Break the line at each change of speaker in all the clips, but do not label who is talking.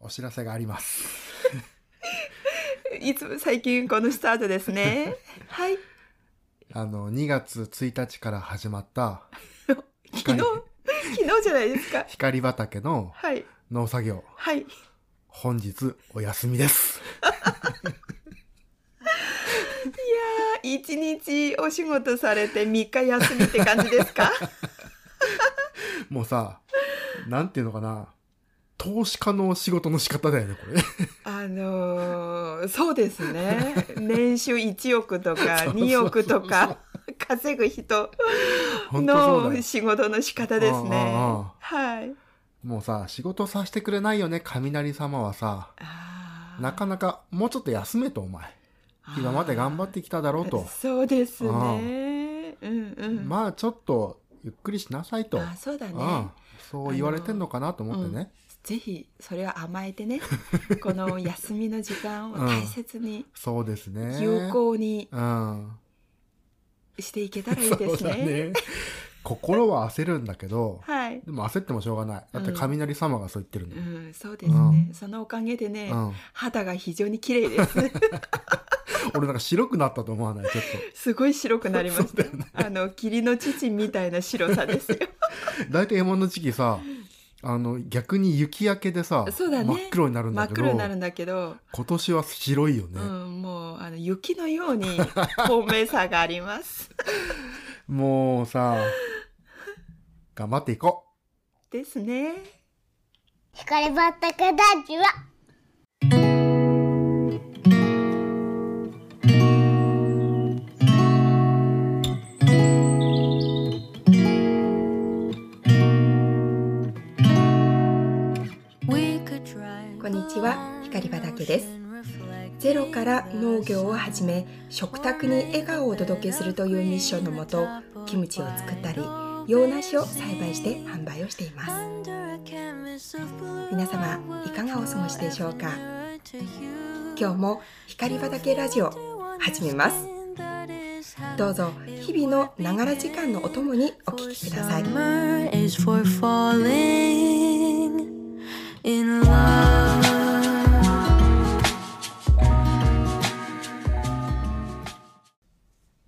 お知らせがあります。
いつも最近このスタートです ね。はい。
あの、2月1日から始ま った
昨日、
は
昨日じゃないですか。
光畑の
はい。
農作業、
はい。
本日お休みです。
いやー、一日お仕事されて3日休みって感じで すか
もうさ、なんていうのかな、投資家の仕事の仕方だよね、 これ。
あのー、そうですね。年収1億とか
そうそうそう
2億とか稼ぐ人
本当そうだ
の
よ。
仕事の仕方で
う
すね
んうんうん。
はい。
もうさ、仕事させてくれないよね、雷様はさ。
あー
なかなか、もうちょっと休めと、お前。今まで頑張ってきただろうと。
そうです
う
ね。うんうん。
まあ、ちょっと、ゆっくりしなさいと。
あそうだね。
うん、そう言われてんのかなと思ってね。
ぜひそれは甘えて ねこの休みの時間を大切に
そうですね。
有効に
うん。
していけたらいい
そ
で
う
す
だ
ね。
ね。心は焦るんだけど、
はい、
でも焦ってもしょうがない。だって
うん
雷様がそう言ってるんだ
う
よ。
ん、そうですね、そのおかげでね、
うん。
肌が非常に綺麗です
俺なんか白くなったと思わない、ちょっ
すごい白くなりまし
そう
た、
だよ
あの霧の父みたいな白さですよ
と。大体獲物の時期さ、あの、逆に雪明けでさ、
そうだね
真っ黒になるん
真
だ
っ
けど、
黒になるんだけど、
今年は白いよね
う。ん、もうあの雪のよ うに透明さがあります
もうさ、頑張っていこ
ですね
光畑ラジオ
こんにち
こんにち
は
は
光
光
畑で
畑ですす
ゼ
ゼ
ロ
ロ
か
からら
農
農
業
業
を
を
は
は
じ
じ
め
め
食
食
卓
卓
に
に
笑
笑
顔
顔
を
を
お
お
届
届
け
け
す
す
る
る
と
と
い
いうう
ミ
ミ
ッ
ッ
シ
シ
ョ
ョ
ン
ン
の
の
も
も
と
と
キ
キ
ム
ム
チ
チ
を
を
作
作
っ
ったた
り
り
洋
洋
梨
梨
を
を
栽
栽
培
培
し
してて
販
販
売
売
を
を
し
してて
い
い
ま
ますす
皆
皆
様
様
い
い
か
か
が
が
お
お
過
過
ご
ご
し
し
で
で
し
し
ょ
ょ
う
う
か
か
今
今
日
日
も
も
光
光
畑
畑
ラ
ラ
ジ
ジ
オ
オ
始
始
め
め
ま
ますす
ど
ど
う
う
ぞ
ぞ
日
日
々の
々の
な
な
が
が
ら
ら
時
時
間
間
のお
のお
供
供
に
に
お
お
聞
聞
きく
きく
だ
だ
さ
さ
い
い
う。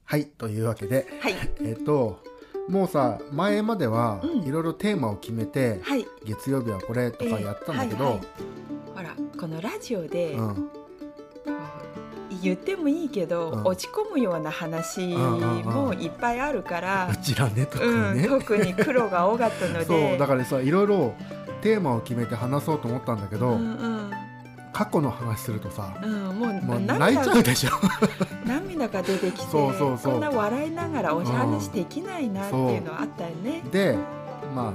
はい、というわけで、
はい
えっと、もうさ、前までは
うん
いろいろテーマを決めて、
はい
月曜日はこれとかやってたんだけど、
えーはいはいほらこのラジオで、
うん、
言ってもいいけど、
うん
落ち込むような話もいっぱいあるから
う、ちらね特
う
に
ん
ね、
特に苦労が多かったの で
そうだからさいろいろテーマを決めて話そうと思ったんだけど、
うんうん
過去の話するとさ
うん、もう
もう泣い
涙
ち
が
ゃうでしょ
涙が出てきて
そうそうそう
こんな笑いながらお話できないなっていうのはあったよね。
でまあや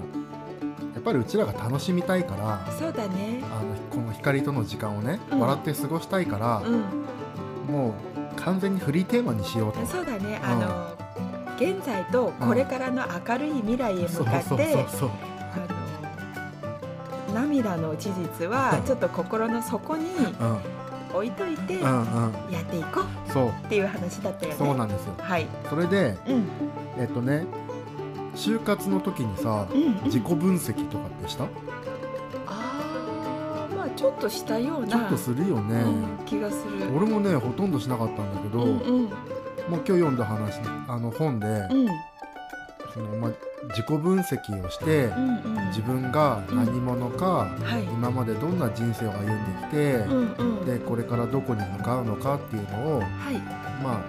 っぱりうちらが楽しみたいから
そうだね。
あのこの光との時間をね、
うん
笑って過ごしたいから
う、ん、
もう完全にフリーテーマにしようと
そうだね。あの、現在とこれからの明るい未来へ向かって、
そうそうそうそう
あの涙の事実はちょっと心の底に
うん
置いといて
う
や
んうん
っていこう
そう
っていう話だったよね。
そうなんですよ
はい。
それで
うん
えっとね就活の時にさ
うんうん。
自己分析とかってした、
ああ、まあちょっとしたような
ちょっとするよね、
うん気がする。
俺もねほとんどしなかったんだけど、
うんうん
もう今日読んだ話あの本で、
うん
そのま、自己分析をして、
うんうん。
自分が何者か、
はい。
今までどんな人生を歩んできて、
うんうん。
でこれからどこに向かうのかっていうのを
はい。
ま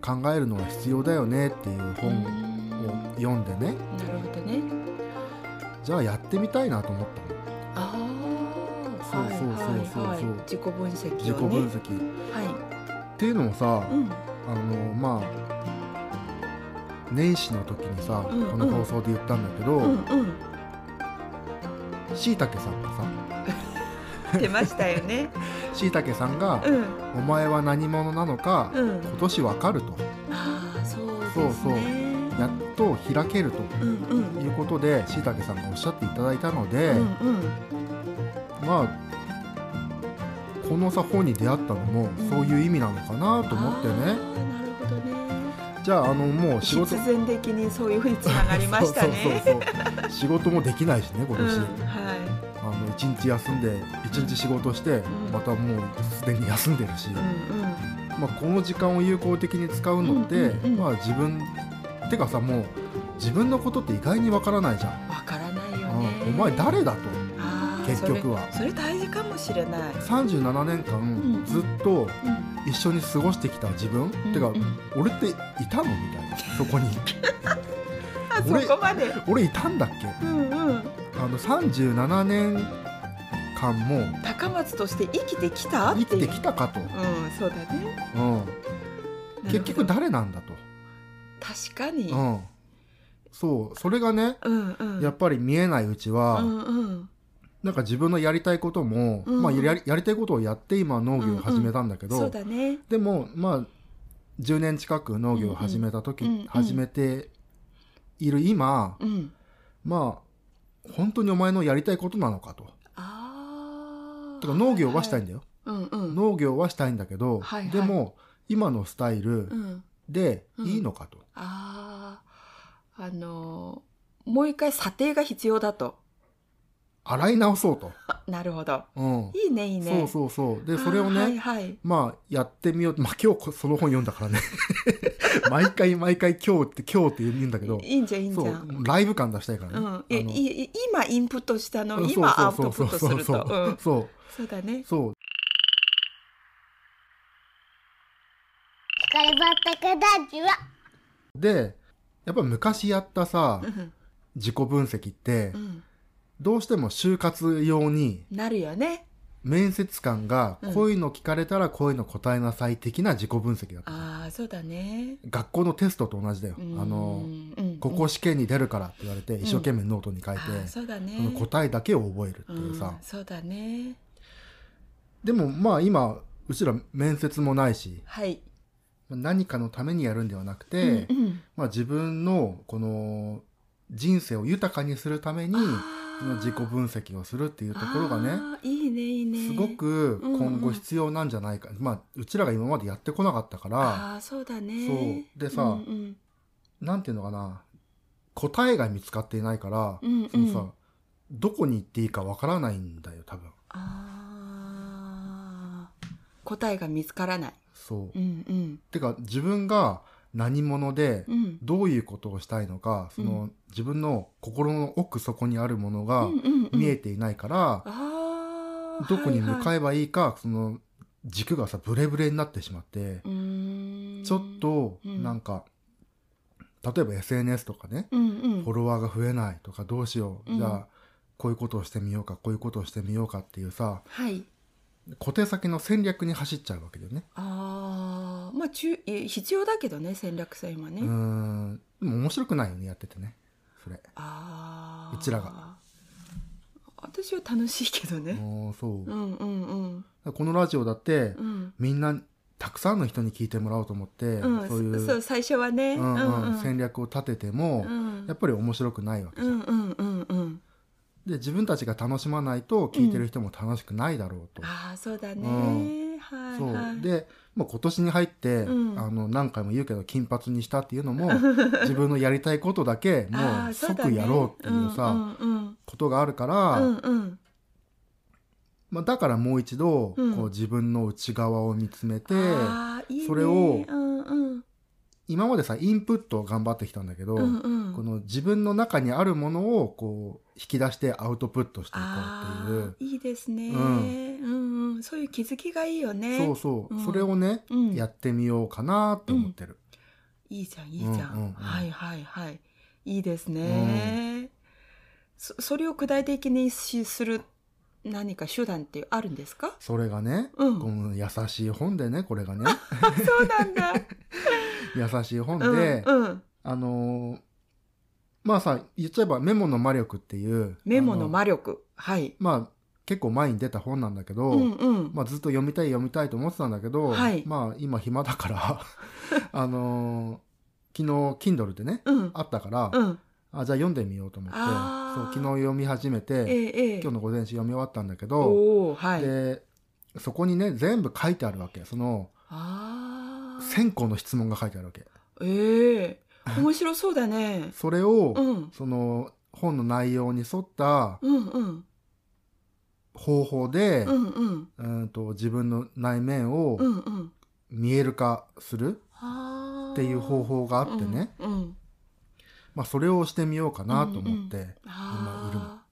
あ考えるのは必要だよねっていう本
な
を読んでね
るほどね。
じゃあやってみたいなと思っ
ああ、
そう
はい
そうそう
はい
そう
はい。自己分析をね。
たの自己分析、
は
っていうのもさ、
い。うん。
あのまあ年始の時にさ、
うん
この放送で言ったんだけど、
うんうん。
しいたけさんがさ
出ましたよね。
しいたけさんが
うん
「お前は何者なのか
うん。
今年わかる」と
ああ、そうですね。
そうそうやっと開けると
うんうん。うん
いうことでしいたけさんがおっしゃっていただいたので、
うん。
まあこのさ本に出会ったのも
ん
そういう意味なのかなと思ってね、
あーなるほどね。
じゃああのもう仕事
必然的にそういうふうにつながりましたね。
そうそうそうそう仕事もできないしね今
うん
年、。
は
あの一日休んで一日仕事してまたもうすでに休んでるし、まあ、この時間を有効的に使うのって、
うんうんうん
まあ自分てかさもう自分のことって意外にわからないじゃん、
わからないよ
うん
ね
お前誰だと
あー
結局は
それそれ大事かもしれない、
37年
んうん
間ずっと
うん
一緒に過ごしてきた自分、てか、俺っていたのみたいなそ こに
あそ
俺
こまで
俺いたんだっけ
うんうん
あの37年間も
高松として生きてきた
生
って
きて
いう
きたかと、
うんそうだね
うん、結局
なる
誰なんだと、
ほど確かに、
うん、そうそれがね
うんうん
やっぱり見えないうちは、
うんうん
なんか自分のやりたいことも、
うん
まあ、やりやりたいことをやって今農業を始めたんだけど、
そうだね
でもまあ10年近く農業を始めた時、
うんうん
始めている今、
うん
まあ本当にお前のやりたいことなのかと。
ああ
てか農業はしたいん
だ
だよ、
うんうん
農業はしたいんだけど、
はいはい
でも今のスタイル
うん
でいいのかと、
あああのーもう一回査定が必要だと
洗い直そうと。
あなるほど
うん
いいねいいね
そうそうそうでそれをね、
あーはいはい
まあやってみようまあ今日こその本読んだからね 毎回毎回今日って今日って言うんだけど
いいいんじゃんいいんじ
そ
ゃ
うんライブ感出したいから
う
ね、
ん、い
あの
いい今インプットしたのを
うん
今アウ
そ
ト
う
プ
そう
ッ
そ
ト
う
す
そうそう
ると、う、
んそう
そうだね
そう
光ばったかだじゅわ
でやっぱ昔やったさ
うん
自己分析って
うん、
どうしても就活用に
なるよね
面接官が
うん
こういうの聞かれたらこういうの答えなさい的な自己分析だった、
ああそうだね
学校のテストと同じだよ、
うん
あの
うん
ここ試験に出るからって言われて一生懸命ノートに書い
あ
て、
ーそうだね
その答えだけを覚えるっていうさ、
うん、そうだね
でもまあ今うちら面接もないし
はい、
何かのためにやるんではなくて、
うんうん
まあ、自分のこの人生を豊かにするために
あー
その自己分析をするっていうところがね
あーいいねいいね
すごく今後必要なんじゃないか、まあうちらが今までやってこなかったから
ああーそうだね
そうでさ
うんうん
なんていうのかな答えが見つかっていないから、
うんうん
そのさどこに行っていいかわからないんだよ多分
あー答えが見つからない
そう。
うんうん
てか自分が何者で、
うん
どういうことをしたいのかその、
う
自分の心の奥底にあるものが
うんうんうん
見えていないから、
あー
どこに向
はいはい
かえばいいか、その軸がさブレブレになってしまって
う、ーん
ちょっと
うん
なんか、例えば SNS とかね、
うんうん
フォロワーが増えないとかどうしよう、
うん
じゃあこういうことをしてみようかこういうことをしてみようかっていうさ
はい
小手先の戦略に走っちゃうわけだよね。
ああまあ中い必要だけどね戦略性はね、
うーんでも面白くないよねやっててねそれ。
ああ
うちらが
私は楽しいけどね、
もうそう
う、ん、うんうん
このラジオだって、
うん
みんなたくさんの人に聞いてもらおうと思って、
うん
そういう
そそう最初はね
うんうん
うん
戦略を立てても、
うん
やっぱり面白くないわけ
う
じゃん、
んうんうんうん
で自分たちが楽しまないと聞いてる人も楽しくないだろうと、
ああそうだね、
う
はい
そう、
はい
で、まあ、今年に入って、
うん
あの何回も言うけど金髪にしたっていうのも 自分のやりたいことだけも
あ
う
ーそだ
即
ね
やろうっていうさ
うんうん
ことがあるから、
うんうん
まあ、だからもう一度、
うん
こう自分の内側を見つめて
あーいいね
それを
うんうん
今までさインプットを頑張ってきたんだけど、
うんうん
この自分の中にあるものをこう引き出してアウトプットしていこうってい
あ
う
ーいいですね、
う
うんん、うんそういう気づきがいいよね
そうそう、
うん
それをね、
うん
やってみようかなと思ってる、
いいじゃんいいじゃん,、
うんうんうん
はいはいはいいいですね、そそれを具体的にしする何か手段ってあるんですか
それがね、
うん
この優しい本でねこれがね
そうなんだ
優しい 本で、
うんうん、
あのーまあさ言っちゃえば「メモの魔力」っていう
メモの
あ
魔力はい
まあ結構前に出た本なんだけど、
うんうん、
まあ、ずっと読みたい読みたいと思ってたんだけど、
はい
まあ今暇だから あのー昨日 Kindle でね
うん
あったから、
うん
あじゃあ読んでみようと思って
あー
そう昨日読み始め
え
て
えええ
今日の午前中読み終わったんだけど、
おおはい
でそこにね全部書いてあるわけその
ああ
1,000個の質問が書いてあるわけ
ええ面白そうだね
それを、
うん
その本の内容に沿った
うんうん
方法で、
うんうん
うんと自分の内面を
うんうん
見える化する
はあ
っていう方法があってね、
うんうん
まあ、それをしてみようかなと思って、今いる
あ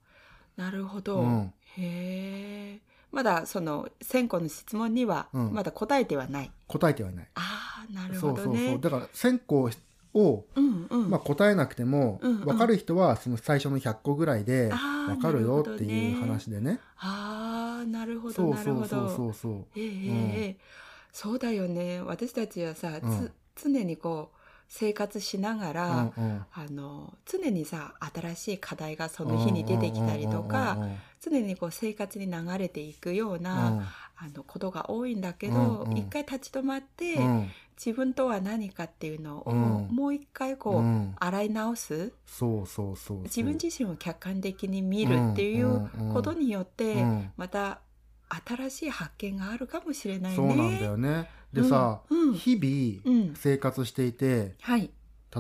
あなるほど、
うん
へえまだその先個の質問には
うん
まだ答えてはない、
答えてはいない。
ああなる
そ
ほ
う
ど
そうそ
ね
うだから1,000個を、
うんうん
まあ、答えなくても、
うんうん
分かる人はその最初の100個ぐらいで
あー
分かるよって
なる
いう
ほどね
話でね。
ああなるほど
そう
なる
そ
ほ
うそ
ど
うそうそう。
ええええええそうだよね私たちはさ、
うん
つ常にこう生活しながら、
うんうん
あの常にさ新しい課題がその日に出てきたりとか、
うんうんうんうん
常にこう生活に流れていくような、あのことが多いんだけど、
うんうん
一回立ち止まって、
うんうん
自分とは何かっていうのを、
うん
もう一回こう、
うん
洗い直す
そうそうそうそう
自分自身を客観的に見るっていうことによって、
うん
また新しい発見があるかもしれないね。
そうなんだよね。でさ、
うんうん
日
う
々
ん、
生活していて
はい、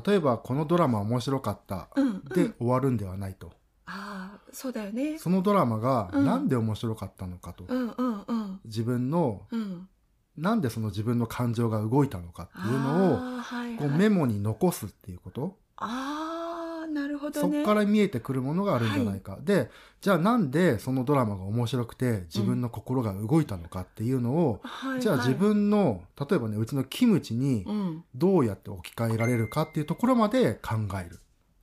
例えばこのドラマ面白かった、
うんうん
で終わるんではないと
ああそうだよね。
そのドラマが
うん
なんで面白かったのかと、
うんうんうん
自分の
うん。
なんでその自分の感情が動いたのかっていうのを
ああはい
こう
はい、
メモに残すっていうこと、
ああなるほど
そ
ね。
こから見えてくるものがあるんじゃないか、でじゃあなんでそのドラマが面白くて自分の心が動いたのかっていうのを、
はいはい
じゃあ自、分の例えばねうちのキムチに
うん、
どうやって置き換えられるかっていうところまで考える。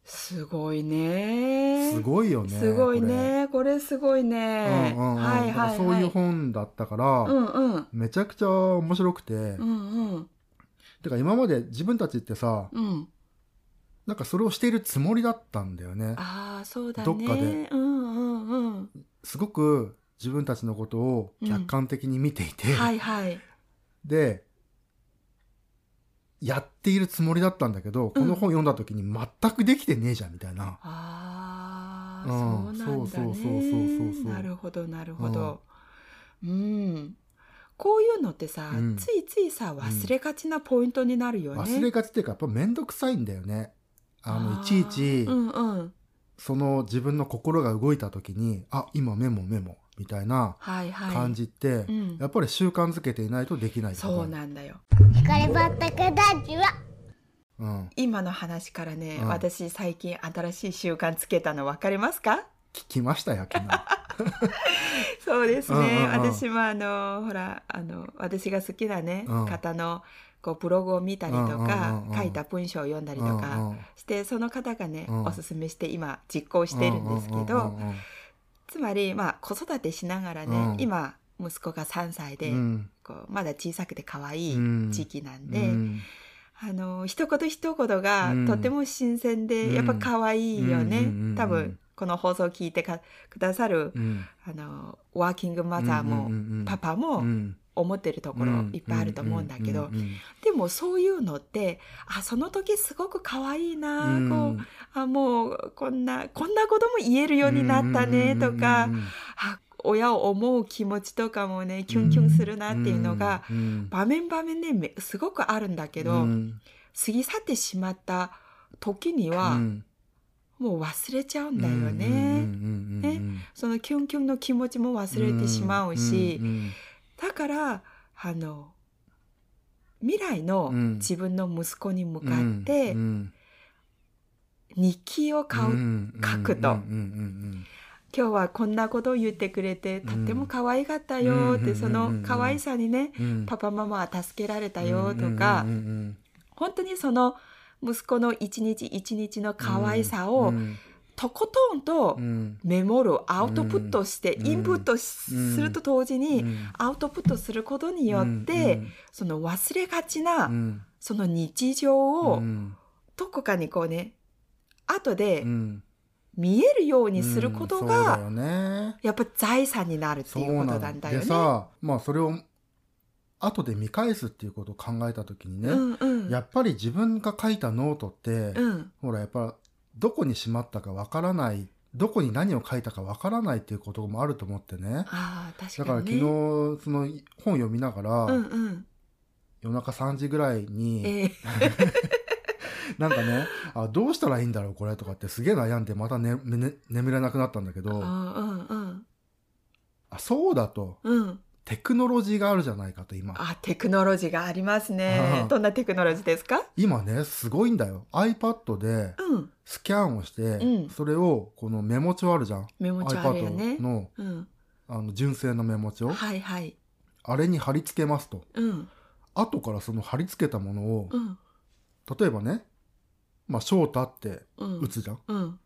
すごいね。
すごいよね。
すごいね。これすごい
こ
ね
れ。。うんうんうん
はい
だか
はいは
ら
い。
そういう本だったから、
うんうん。
めちゃくちゃ面白くて、
うんうん。
てか今まで自分たちってさ、
うん。
なんかそれをしているつもりだったんだよね。
ああ、そうだね。
どっかで
うんうんうん。
すごく自分たちのことを客観的に見ていて、
はいはい。
で、やっているつもりだったんだけど、この本読んだ時に全くできてねえじゃんみたいな。
ああ、
うん
そうなんだね。
そうそうそうそうそう
なるほどなるほど。うん。こういうのってさ、
うん
ついついさ忘れがちなポイントになるよね。
忘れがちっていうかやっぱ面倒くさいんだよね。あの、いちいち、
うんうん。
その自分の心が動いた時に、あ、今メモメモ、みたいな
はいはい。
感じって、
うん
やっぱり習慣づけていないとできないこと
そうなんだよ。
光ばったかだじゅわ
うん。
今の話からね、
うん
私最近新しい習慣つけたの分かりますか
聞きましたよ、昨日。
そうですね、
うんうんうん
私もあのほらあの私が好きなね、
うん
方のこうブログを見たりと
うん
か
う、んうんうん
書いた文章を読んだりと
う
か
んうん
して、その方がね、
うん
おすすめして今実行しているんですけど、
うんうんうん
つまり、まあ、子育てしながらね、
うん
今息子が3歳で、
うん
こうまだ小さくて可愛
う
い
ん
時期なん
う
で、
ん
あの一言一言が
うん
とても新鮮で、
うん
やっぱ可愛いよね、
うんうんうんうん
多分この放送を聞いてかくださる、
うん
あのワーキングマザー
うんう
も、
んうんうん
パパ
う
も
ん
思ってるところいっぱいあると思うんだけど、
うんうん
でもそういうのってあその時すごく可愛いな、
うん
こうあもうこんなこんなことも言えるようになったねとか、
うんうんうん
あ親を思う気持ちとかもねキュンキュンするなっていうのが、
うんうん
場面場面でめすごくあるんだけど、
うん
過ぎ去ってしまった時に
う
は、
ん
もう忘れちゃうんだよね。
うんうんうんうんうん
そのキュンキュンの気持ちも忘れてしまうし、
んん
だからあの未来の
うん
自分の息子に向か
うん
って
うん
日記を買う、
うん
書く
う
と
んうん
今日はこんなことを言ってくれてとっても可愛かったよっ
う
て、
ん
その可愛さにね、
うんうんうん
パパママは助けられたよとか、
うんうんうんうん
本当にその息子の一日一日の可愛さを
うん
とことんと
うん
メモるアウトプットして、
うん
インプットし
うん
すると同時に、
うん
アウトプットすることによって、その忘れがちな、
うんうん
その日常を
うん
どこかにこうね後で
うん
見えるようにすることが、
うんそうだよね
やっぱ財産になるって
そ
いううこ
な
となん
ん
だよ
で
ね。
さまあそれを後で見返すっていうことを考えた時に
う
ね
んうん
やっぱり自分が書いたノートって
うん
ほらやっぱどこにしまったかわからないどこに何を書いたかわからないっていうこともあると思ってね
ああ確
だから
か
昨
にね。
日その本読みなが
うん
ら
うん
夜中3時ぐらいに
ええ
なんかねあどうしたらいいんだろうこれとかってすげえ悩んでまた、ねね眠れなくなったんだけど
うんうんうん
ああそうだと
うん。
テクノロジーがあるじゃないかと今
あ、テクノロジーがあります
う
ね
ん。
どんなテクノロジーですか？
今ねすごいんだよ iPad で
うん。
スキャンをして、
うん
それをこのメモ帳あるじゃん
メモ帳あるよね
iPad。の
うん。
あの純正のメモ帳
はいはい。
あれに貼り付けますと
うん。
後からその貼り付けたものを
うん。
例えばねまあ翔太って
うん。
打つじゃん
うん。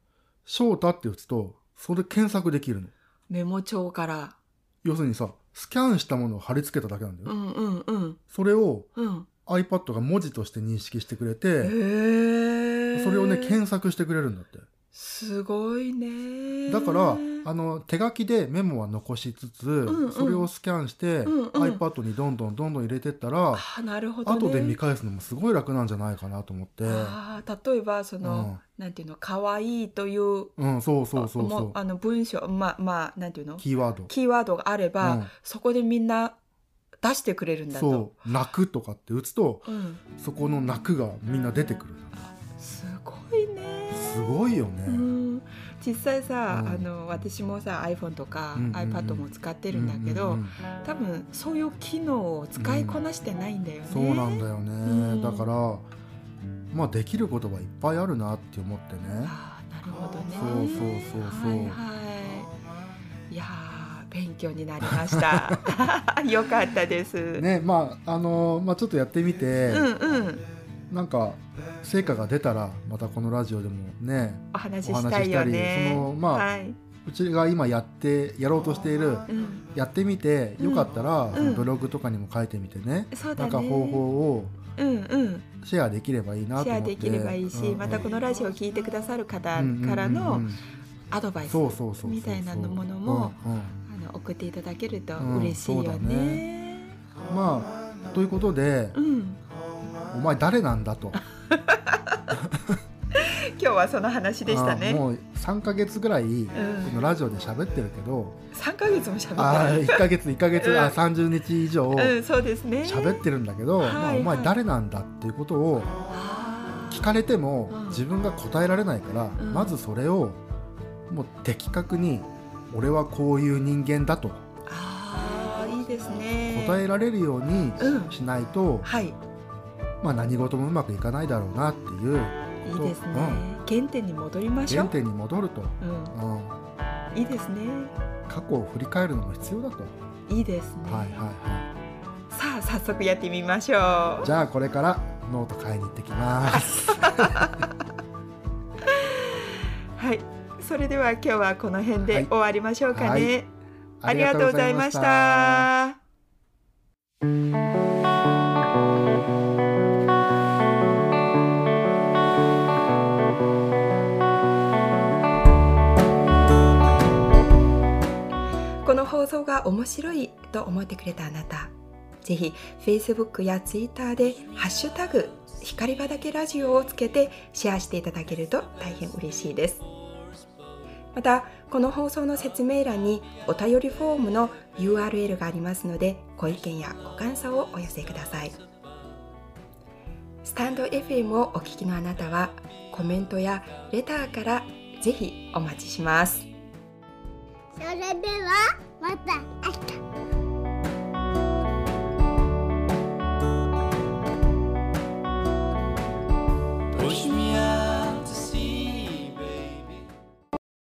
翔太って打つとそれ検索できるの
メモ帳から。
要するにさスキャンしたものを貼り付けただけなんだよ、
うんうんうん
それを
うん。
iPad が文字として認識してくれ
へ
て
え。
それをね検索してくれるんだって
すごいね。
だからあの手書きでメモは残しつつ、
うん
それをスキャンして、
うんうん
iPad にどんどんどんどん入れてったら、
あなるほどね。
後で見返すのもすごい楽なんじゃないかなと思って
あー例えばその、なんていうの可愛いという
うんそうそうそう
も
そう
あの文章まあまあなんていうの
キーワード
キーワードがあれば、
うん
そこでみんな出してくれるんだと。
そう「泣く」とかって打つと
うん、
そこの「泣く」がみんな出てくる
すごいね。
すごいよね、
うん、実際さ、
うん
あの私もさ iPhone とか、
うんうんうん
iPad も使ってるんだけ
うう
ど、
んうん
多分そういう機能を使いこなしてないんだよね。
そうなんだよね、
うん
だからまあできることはいっぱいあるなって思ってね
あーなるほどね。
そうそうそうそう
はいはい。いやー勉強になりました。 よかったです。
ねまああのーまあ、ちょっとやってみて、
うんうん。
なんか成果が出たらまたこのラジオでもね
お話ししたい
お
よね。
話ししたりそのまあ
はい。
うちが今やってやろうとしている
うん。
やってみてよかったら、
ん
そのブログとかにも書いてみてね、
そうだ
なん
ね。
か方法を
うんうん。
シェアできればいいな
シ
と
ェ
思
ア
って
できればいいし、
うんうん
またこのラジオを聞いてくださる方
うんうんうん
からのアドバイス、
そうそうそうそう
みたいなものも、
うんうん
あの送っていただけると
うん
嬉しいよ
そうだ
ね。
まあということで、
うん。
お前誰なんだと
今日はその話 でした
あー
ね。
もう3か月ぐらい、
ん
このラジオで喋ってるけど、
三ヶ月も喋
あ
っ
1か月1か月、
うん
あ30日以上
た。うん、そうですね。
喋ってるんだけど、
はい
まあ、
はい
お前誰なんだっていうことを
あー
聞かれても
うん
自分が答えられないから、
うん
まずそれをもう的確に「俺はこういう人間だ」と
あーいいですね。
答えられるように
うん
しないと、
はい、いい
まあ、何事もうまくいかないだろうなっていうこと
ですね。原点に戻りま
うん
しょ
原
う。
点に戻ると、
うん、
うん、
いいですね。
過去を振り返るのも必要だと。
いいですね。
はいはいは
さあ早速やってみましょう。
い。じゃあこれからノート買いに行ってき ます。
はい、それでは今日はこの辺
はい
で終わりましょうかね。
はい
ありがとうございました。この放送が面白いと思ってくれたあなた、ぜひ Facebook や Twitter でハッシュタグ光畑ラジオをつけてシェアしていただけると大変嬉しいです。またこの放送の説明欄にお便りフォームの URL がありますのでご意見やご感想をお寄せくださいスタンド FM をお聞きのあなたはコメントやレターからぜひお待ちします
それではまた明日